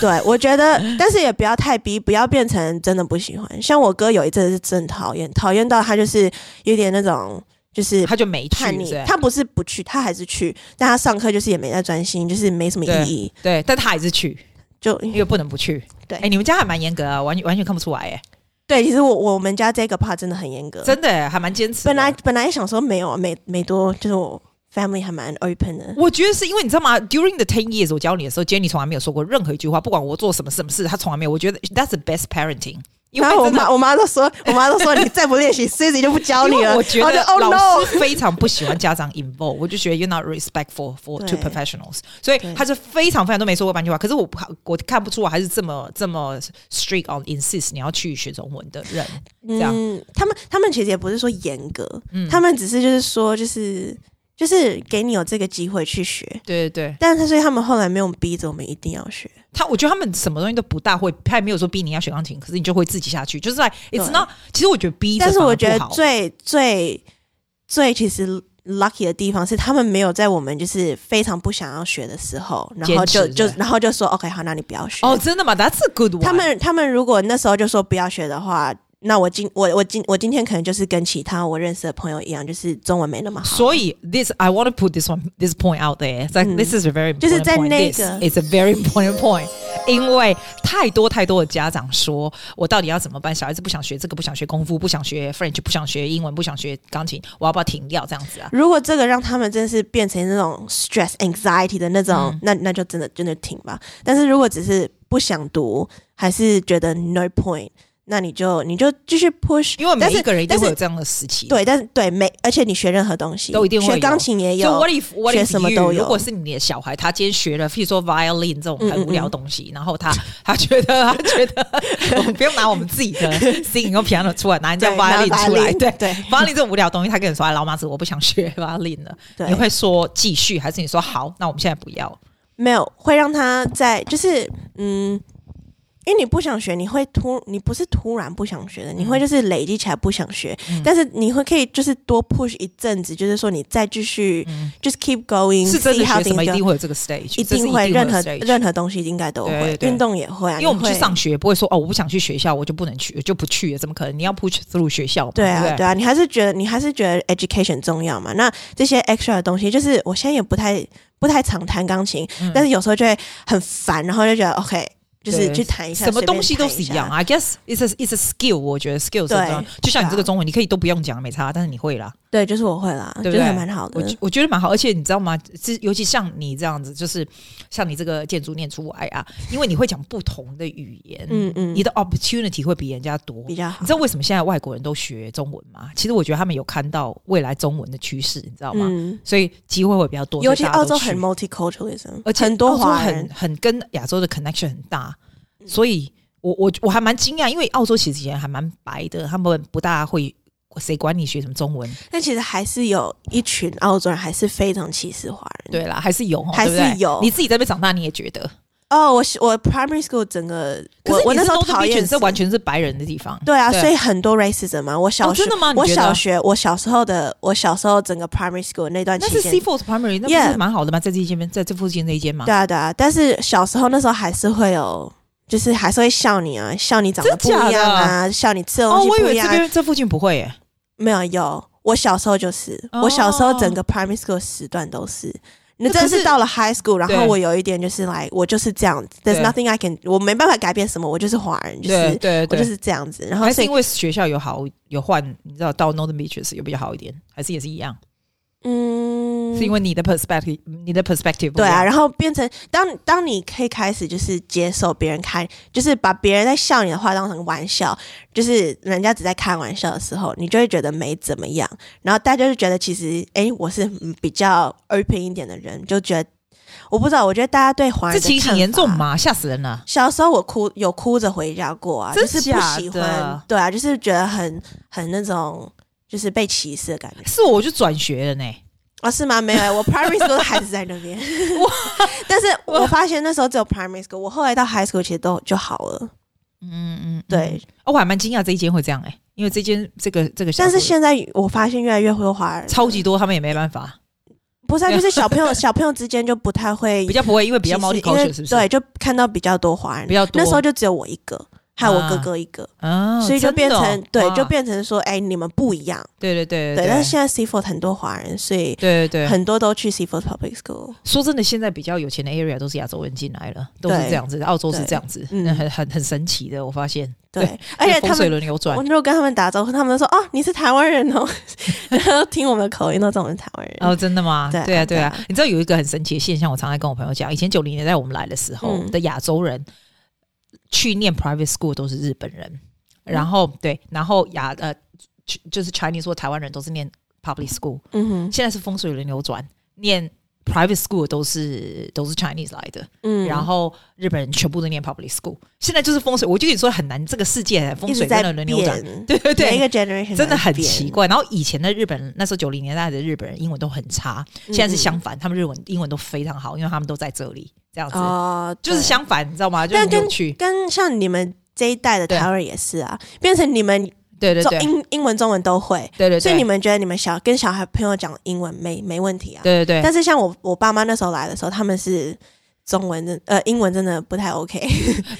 对我 觉得，但是也不要太逼，不要变成真的不喜欢。像我哥有一阵子是真的讨厌，讨厌到他就是有点那种就是
他就没去，
叛
是不
逆
是，
他不是不去，他还是去，但他上课就是也没在专心，就是没什么意义，
对，但他还是去，
就
因为不能不去。
对
哎、你们家还蛮严格啊，完全完全看不出来、哎，
对。其实我我们家这个 part 真的很严格，
真的、哎还蛮坚持的。
呃本来本来想说没有，没没多，就是我 family 还蛮 open 的。
我觉得是因为你知道吗？During the ten years，我教你的时候，Jenny 从来没有说过任何一句话，不管我做什么什么事，她从来没有。我觉得 that's the best parenting，因为
然后我
真的
妈我妈都说， 我妈都说你再不练习，Cici 就不教
因
哦你
为
了。
我觉得
然后就
老
oh no，
师非常不喜欢家长 involve，我就觉得 you're not respectful for to
对
professionals，所以
对
他是非常非常都没说过半句话。可是我不我看不出我还是这么这么 strict on insist 你要去学中文的人，这样、
嗯，他们他们其实也不是说严格，他们只是就是说就是就是给你有这个机会去学，
对对对。
但是所以他们后来没有逼着我们一定要学。
他我觉得他们什么东西都不大会，他也没有说逼你要学钢琴，可是你就会自己下去，就是 like it's
对
not。其实我觉得逼着
但是
反而
我觉得
不好
最最最其实 lucky 的地方是，他们没有在我们就是非常不想要学的时候，然后就
坚持
就
对
然后就说 OK 好，那你不要学。
哦，真的吗？That's a good one。
他们他们如果那时候就说不要学的话，那我今我我今我今天可能就是跟其他我认识的朋友一样，就是中文没那么好。
所以，this I want to put this one this point out there. It's like、this is a very important
就是 Hmm. 在
point.
那
This
个
is a very important point. 因为太多太多的家长说，我到底要怎么办？小孩子不想学这个，不想学功夫，不想学 French，不想学英文，不想学钢琴，我要不要停掉这样子啊？
如果这个让他们真是变成那种 stress anxiety 的那
嗯
种，那那就真的真的停吧。但是如果只是不想读，还是觉得 no point，那你就你就继续 push，
因为每
但是
一个人一定
但
会
是
有这样的时期。
对，但是对每而且你学任何东西
都一定会有
学钢琴也
所以
有
what if what
学
if
什么
you-
都有
如果是你的小孩，他今天学了，譬如说 violin 这种
嗯
很无聊的东西，然后 他他觉得他觉得我们不用拿我们自己的 singing 跟 piano 出来，拿人家
对拿
violin 出来，
violin，
对
对
violin 这种无聊的东西，他跟你说哎，老妈子，我不想学 violin 了，
对
你会说继续，还是你说好，那我们现在不要？
没有会让他在就是嗯。因为你不想学，你会突你不是突然不想学的，你会就是累积起来不想学，
嗯
但是你会可以就是多 push 一阵子，就是说你再继续、just keep going，
嗯是真的
see how
学什么
things
一
go
定会有这个 stage，
一
这是
定会任何
stage
任何东西应该都
对对
会，
对
运动也会啊，
因为我们去
你会
上学不会说哦，我不想去学校，我就不能去，就不去了，怎么可能？你要 push through 学校嘛，
对
不
啊，对啊，你还是觉得你还是觉得 education 重要嘛？那这些 extra 的东西，就是我现在也不太不太常弹钢琴，
嗯
但是有时候就会很烦，然后就觉得 OK，就是
对
去弹一下，
什么
随便
东西都是一样啊，I
弹下。
guess it's a it's a skill。我觉得 skill 是
对
很重要，就像你这
对
个
啊
中文，你可以都不用讲，没差，但是你会啦，
对，就是我会啦，
对不
就是
对？
还蛮好的
我。觉我觉得蛮好，而且你知道吗？是尤其像你这样子，就是像你这个建筑念出来啊，因为你会讲不同的语言，
嗯嗯
你的 opportunity 会比人家多，
比较好
你知道为什么现在外国人都学中文吗？其实我觉得他们有看到未来中文的趋势，你知道吗？
嗯，
所以机会会比较多，
尤其
所以大家
澳
都
洲
去
很 multiculturalism，
而且
很多
澳洲
华
很
人，
很跟亚洲的 connection 很大，所以我我我还蛮惊讶，因为澳洲其实以前还蛮白的，他们不大会，谁管你学什么中文？
但其实还是有一群澳洲人还是非常歧视华人。
对啦，还是有哦，
还是
对不对
有
你自己在那边长大，你也觉得
哦，我是我 primary school 整个，
可
我
是
我
你
那
是
时候
Northern
讨
Beaches，
厌
这完
全
全是白人的地方。
对啊，
对
所以很多 racism 嘛。我小
哦
学、
真的吗你
我
觉得
小学我小时候的我小时候整个 primary school 那段
那
期
是
间
C Force Primary，那不
Yeah
是蛮好的吗？在这一间，在这附近那一间吗？
对啊，对啊，但是小时候那时候还是会有，就是还是会笑你啊，笑你长得不
真
一
假的
样啊，笑你吃的东
哦，
西
我以
不一
为
样
这
啊、
边这附近不会耶。
没有有，我小时候就是，
哦
我小时候整个 primary school 时段都是。那
那
真的
可
是
是
到了 high school，然后
对
我有一点就是来，我就是这样子，there's
对
nothing I can，我没办法改变什么，我就是华人，就是
对对
我
对，
就是这样子。然后
还
所
是
以
因为学校有好有换，你知道到 Northern Beaches 有比较好一点，还是也是一样？
嗯
是因为你的 perspective，你的 perspective 不
对
一
啊，
样，
然后变成当当你可以开始就是接受别人开，就是把别人在笑你的话当成玩笑，就是人家只在开玩笑的时候，你就会觉得没怎么样，然后大家就觉得其实哎，诶我是嗯比较 open 一点的人，就觉得我不知道，我觉得大家对华人
这
的
情形
看
严重
法？
吗？吓死人了！
小时候我哭有哭着回家过啊，
真
就是不
假
喜欢
的，
对啊，就是觉得很很那种就是被歧视的感觉。
是我就转学了呢。
啊，是吗？没有，我 primary school 还是在那 边。 但是我发现那时候只有 primary school，我后来到 high school 其实都就好了。
嗯嗯，
对，
哦，我还蛮惊讶这一间会这样哎，因为这间这个这个小
但是
会
现在我发现越来越会华人，
超级多，他们也没办法，
不是、啊、就是小朋 友小朋友之间就不太会
比较不会，因为比较
歧视
multi
因为
culture 是不是？
对，就看到比较多华人，
比较多
那时候就只有我一个，还有我哥
啊
哥一个，
啊，
所以就
真的
变成、
哦
对，
哇
就变成说，哎、你们不一样。
对对对
对，但是现在 C f o r 很多华人，所以
对对对，
很多都去 C f o r public school。
说真的，现在比较有钱的 area 都是亚洲人进来了，都是
对
这样子，澳洲是
对
这样子，
嗯
那很很很神奇的，我发现，
对，而且
这风
他们
水轮流转
我。如果跟他们打招呼，他们都说：“哦，你是台湾人 哦。”然后听我们的口音都知道我们是台湾人。
哦，真的吗？
对
对啊，对
啊
啊
对啊。
你知道有一个很神奇的现象，我常常跟我朋友讲，以前九零年代我们来的时候
嗯
的亚洲人去念 private school 都是日本人，
嗯
然后对，然后亚呃去就是 Chinese 或台湾人都是念 public school，
嗯哼，
现在是风水轮流转，念 private school 都是都是 Chinese 来的，
嗯
然后日本人全部都念 public school，现在就是风水，我就跟你说很难，这个世界风
一直
水
在
真
变
的，轮流转， 对对对，
每一个 generation
真的很
在变
奇。怪。然后以前的日本人，那时候九零年代的日本人英文都很差，现
嗯
在是相反，他们日文英文都非常好，因为他们都在这里这样子，
哦，
就是
对
相反，你知道吗？就
但
很
跟
有趣。
跟像你们这一代的台湾人也是啊，变成你们
对对
中
对，
英英文、中文都会，
对对
所以你
对，
们觉得你们小跟小孩朋友讲英文没没问题啊？
对对对。
但是像我我爸妈那时候来的时候，他们是中文真呃英文真的不太 OK，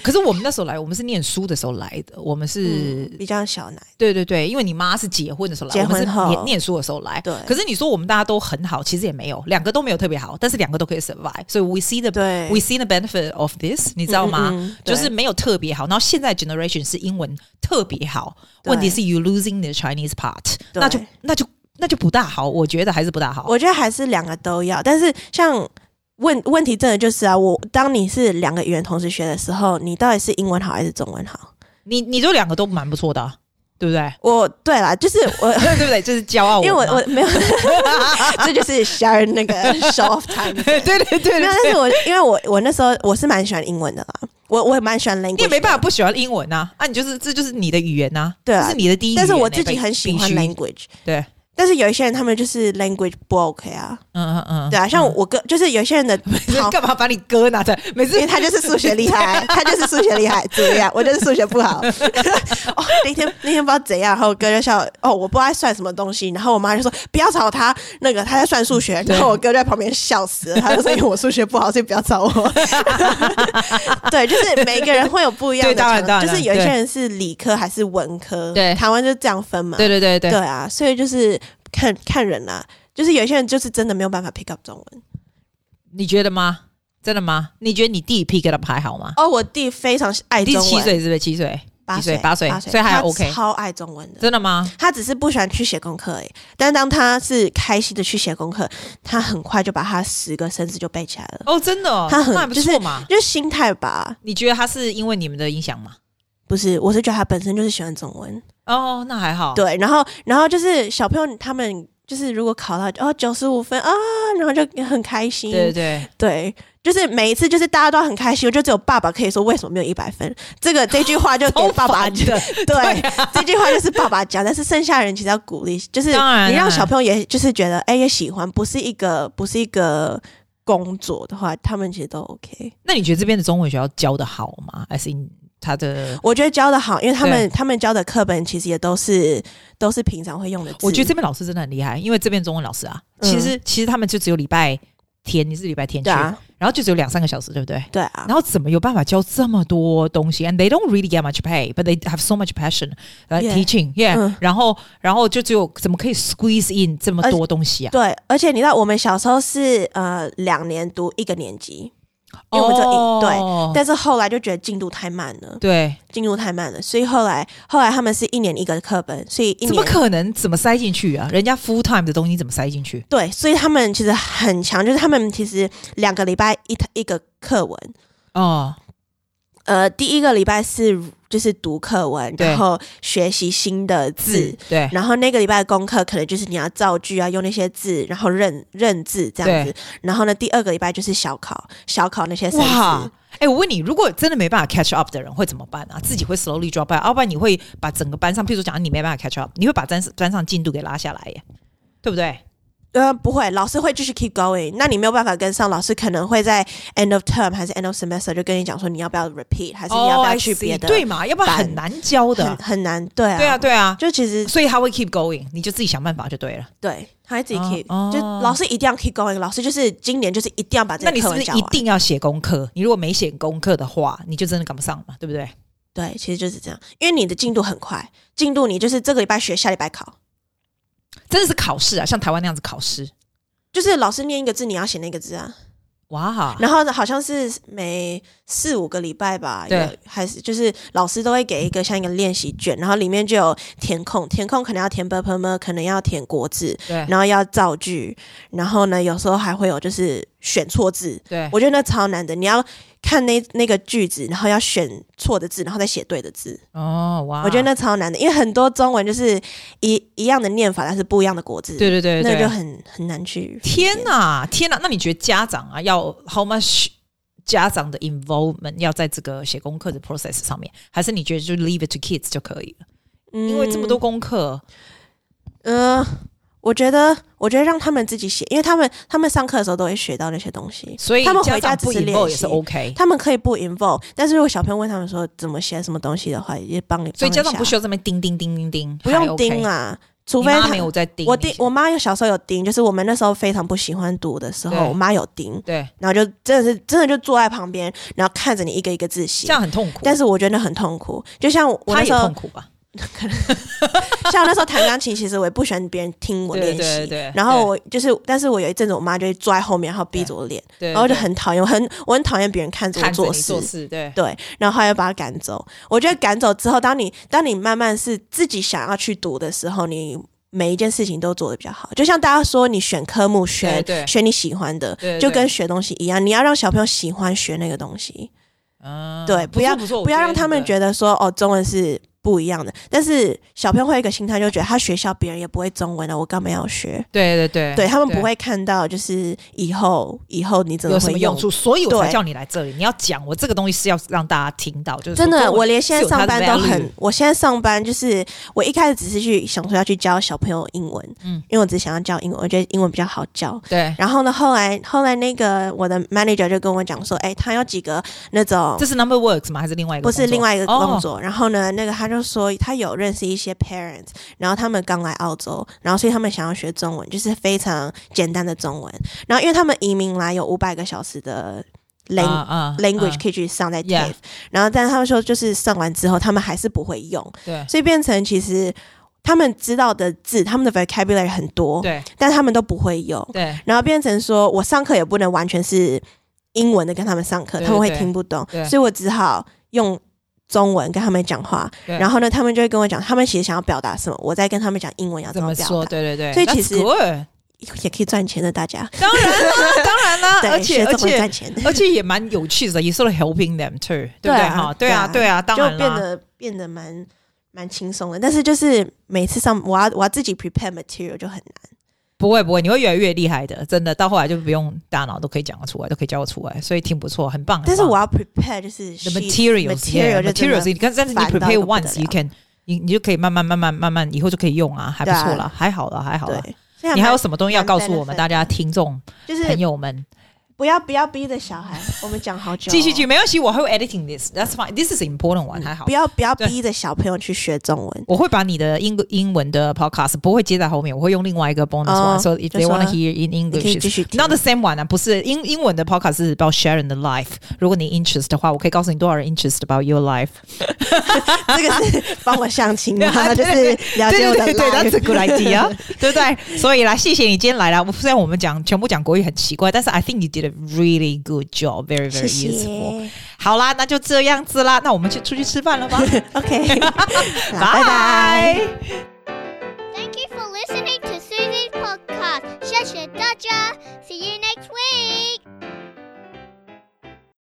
可是我们那时候来，我们是念书的时候来的，我们是
比较小奶。
对对对，因为你妈是结婚的时候来，
结婚
我们是
后
念念书的时候来。
对
可是你说我们大家都很好，其实也没有，两个都没有特别好，但是两个都可以 survive。所以 we see the
对
we see the benefit of this，你知道吗？
嗯嗯嗯对
就是没有特别好。然后现在 generation 是英文特别好，
对
问题是 you losing the Chinese part，
对
那就那就那就不大好，我觉得还是不大好。
我觉得还是两个都要，但是像问问题真的就是啊，我当你是两个语言同时学的时候，你到底是英文好还是中文好？
你你就两个都蛮不错的啊、对不对？
我对啦，就是我。
对对不对？这是骄傲
因为我
们嘛啊
我没 有，这就是 share 那个 show off time 的。
对对对对
没有，
对
但是我因为我我那时候我是蛮喜欢英文的啦，我我也蛮喜欢 language，
你也没办法
的
不喜欢英文呐、啊，啊，你就是这就是你的语言呐、
对啊
这是你的第一语言
但
欸。
是我自己
必
很喜欢
必须
language，
对，
但是有一些人他们就是 language 不 OK 啊，
嗯嗯嗯，
对啊，像我哥就是有些 人的好
干嘛把 你哥拿出来？每次
因为他就是数学厉害，他就是数学厉害，怎么样？我就是数学不好。 哦，那天那天不知道怎样，然后我哥就笑，哦，我不知道在算什么东西，然后我妈就说不要吵他，那个他在算数学，
对
然后我哥就在旁边笑死了，他就说因为我数学不好，所以不要吵我。 对，就是每个人会有不一样的
对当然
强，
当然
就是有一些人是理科还是文科，
对
台湾就这样分嘛，
对对对对，
啊，所以就是看看人啦、就是有些人就是真的没有办法 pick up 中文。
你觉得吗？真的吗？你觉得你弟 pick it up 还好吗？
哦，我弟非常爱
你弟
中文，
七岁是不是？七岁？
八
几岁
岁，
八岁所以还
他
OK
超爱中文的。
真的吗？
他只是不喜欢去写功课而已，但是当他是开心的去写功课，他很快就把他十个生字就背起来了，
哦，真的哦，
他很
那还不错嘛。
就是心态吧。
你觉得他是因为你们的影响吗？
不是，我是觉得他本身就是喜欢中文，
哦，那还好。
对。然后，然后就是小朋友他们就是如果考到哦九十五分啊，然后就很开心，
对对对，
对就是每一次就是大家都很开心，就只有爸爸可以说为什么没有一百分，这个这句话就给
超
爸爸
哦烦的，
对，
啊
这句话就是爸爸讲，但是剩下的人其实要鼓励，就是
当然啊
你让
当然
小朋友也就是觉得，哎、也喜欢，不是一个不是一个工作的话，他们其实都 OK。
那你觉得这边的中文学校教的好吗？还是他的？
我觉得教的好，因为他们他们教的课本其实也都是都是平常会用的字。
我觉得这边老师真的很厉害，因为这边中文老师啊，
嗯
其实其实他们就只有礼拜天，你是礼拜天去，
对啊，
然后就只有两三个小时，对不对？
对啊，
然后怎么有办法教这么多东西？And they don't really get much pay, but they have so much passion like
Yeah.
teaching. Yeah，、
嗯
然后然后就只有怎么可以 squeeze in 这么多东西啊？
对，而且你知道我们小时候是呃两年读一个年级，因为我们这
哦
但是后来就觉得进度太慢了，
对
进度太慢了，所以后来后来他们是一年一个课本，所以一
对，怎么
年。
可能怎么塞进去啊？人家 full time 的东西怎么塞进去？
对，所以他们其实很强，就是他们其实两个礼拜一一个课文，
哦，
呃，第一个礼拜是就是读课文，
对
然后学习新的字，
对
然后那个礼拜的功课可能就是你要造句啊，用那些字，然后认认字这样子。然后呢，第二个礼拜就是小考，小考那些生
哇
词。！
哎、我问你，如果真的没办法 catch up 的人会怎么办啊？自己会 slowly drop out，要不然你会把整个班上，譬如说讲你没办法 catch up，你会把班班上进度给拉下来耶，对不对？
呃，不会，老师会继续 keep going。那你没有办法跟上，老师可能会在 end of term 还是 end of semester 就跟你讲说你要不要 repeat，还是你要不
哦
要
I
去
see，
别的？
对嘛？要不然很难教的
很，很难， 对啊，
对啊，，对啊。
就其实
所以他会 keep going，你就自己想办法就对了。
对，他会自己
哦
keep，、
哦
就老师一定要 keep going，老师就是今年就是一定要把这
那
个
你是
课
不
文
是
教
一
完。
定要写功课？你如果没写功课的话，你就真的赶不上嘛，对不对？
对，其实就是这样，因为你的进度很快，进度你就是这个礼拜学，下礼拜考，
真的是考试啊，像台湾那样子考试。
就是老师念一个字，你要写那个字啊。
哇，
然后好像是每四五个礼拜吧，
对
有，还是就是老师都会给一个像一个练习卷，然后里面就有填空，填空可能要填 b p m，可能要填国字，
对
然后要造句，然后呢有时候还会有就是选错字，
对，
我觉得那超难的，你要看那那个句子，然后要选错的字，然后再写对的字。
哦哇，
我觉得那超难的，因为很多中文就是一一样的念法，但是不一样的国字，
对对对对，
那就很很难去。
天！呐，天呐！那你觉得家长啊，要 how much 家长的 involvement 要在这个写功课的 process 上面，还是你觉得就 leave it to kids 就可以了？
嗯
因为这么多，功课，
呃，我觉得，我觉得让他们自己写，因为他们他们上课的时候都会学到那些东西，
所以
他们
家
回家
长
只
不
是
involve
练
也是
习。
OK。
他们可以不 involve，但是如果小朋友问他们说怎么写什么东西的话，也帮你。
所以
帮
家
一下
长不需要这么叮叮叮叮叮，
不
还
用
OK
盯。啊，除
你
非
妈
他
没有在盯你，
我盯我妈有小时候有盯，就是我们那时候非常不喜欢读的时
对
候，我妈有盯，
对，
然后就真的是真的就坐在旁边，然后看着你一个一个字
这
写。
样很痛苦，
但
是
是我觉得很痛苦，就像我
他
我那
也
时候
痛，苦吧？
像我那时候弹钢琴，其实我也不喜欢别人听我
对
练
对对
习
对。
然后我就是，但是我有一阵子，我妈就会坐在后面，然后逼着我练，
对，
然后就
对
很讨厌，我很我很讨厌别人看着我
看着
做
你
事
做。事，对
对，然后她又把他赶走。我觉得赶走之后，当你当你慢慢是自己想要去读的时候，你每一件事情都做得比较好。就像大家说，你选科目选
对对
选你喜欢的
对对，
就跟学东西一样，你要让小朋友喜欢学那个东西。
嗯
对，不
错
要
不错
不要让他们
得
觉得说哦，中文是不一样的。但是小朋友会有一个心态，就觉得他学校别人也不会中文了，我干嘛要学？
对对对
对他们不会看到，就是以后以后你真的
有什
会
么用
用。
处？所以我才
对
叫你来这里。你要讲我这个东西是要让大家听到，就是
真
说
的，
中文
我连现在上班
是有
都
它的 value
很，我现在上班就是我一开始只是去想说要去教小朋友英文，
嗯
嗯，因为我只想要教英文，我觉得英文比较好教。
对。
然后呢，后来后来那个我的 manager 就跟我讲说，哎、他有几个那种
这是 number works 吗？还是另外一个
哦不
工作？
是另外一个工
哦。
作。然后呢，那个他就说他有认识一些 parents，然后他们刚来澳洲，然后所以他们想要学中文，就是非常简单的中文。然后因为他们移民来有五百个小时的 lang、
啊
language
啊
可以去上在 TAFE，、
Yeah
然后但是他们说就是上完之后他们还是不会用，
对
所以变成其实他们知道的字，他们的 vocabulary 很多，
对
但他们都不会用。
对
然后变成说我上课也不能完全是英文的跟他们上课，
对
他们会听不懂
对对，
所以我只好用中文跟他们讲话。
对
然后呢，他们就会跟我讲，他们其实想要表达什么，我再跟他们讲英文要怎
怎么
表
说？
达，
对对对，
所以其实
That's good
也可以赚钱的。大家
当然啦，当然啦，
对，
啊而且
学
而
中文
且
赚钱，
而且也蛮有趣的，也是 helping them too，对不
对
对？
啊
哈，对啊，
对啊
对啊，当
就
然
变
啦。
得变得蛮蛮轻松的。但是就是每次上我要我要自己 prepare material 就很难。
不会不会，你会越来越厉害的，真的。到后来就不用大脑都可以讲得出来，都可以教得出来，所以挺不错，很棒。
但是
很棒
我要 prepare 就是
the
sheet-
materials
material 就真的
materials，你看，但是你
烦到
prepare
一个不得
once you
了
can，你你就可以慢慢慢慢慢慢，以后就可以用啊，还不错
对啊
啦，还好啦，还好啦。
对，所以
你还有
蛮
什么东西要告诉我们
蛮 benefit
大家听众
就是
朋友们？
不不要不要逼的小孩， 我们讲好久、哦
继续继续，，没关系，我会 editing this。That's fine. This is important one，、还好
不。要不要
对
逼着小朋友去学中文。
我会把你的英英文的 podcast 不会接在后面，我会用另外一个 bonus one、
哦
so if
就
they
说
want to hear in
可以
English,
继续
it's
听
not the same one 啊，不是英英文的 podcast 是 about sharing the life。如果你 interest 的话，我可以告诉你多少人 interest about your life。
这个是帮我相亲 嘛，
对啊
就
对
是了解我的
对对对
life
对，That's a good idea，对不对？所以啦，谢谢你今天来啦。我虽然我们讲全部讲国语很奇怪，但是 I think you did a really good job, very
谢
very
谢
useful。好啦，那就 这样子啦，那我们去出去吃饭了吧，
，OK，好拜拜。
拜。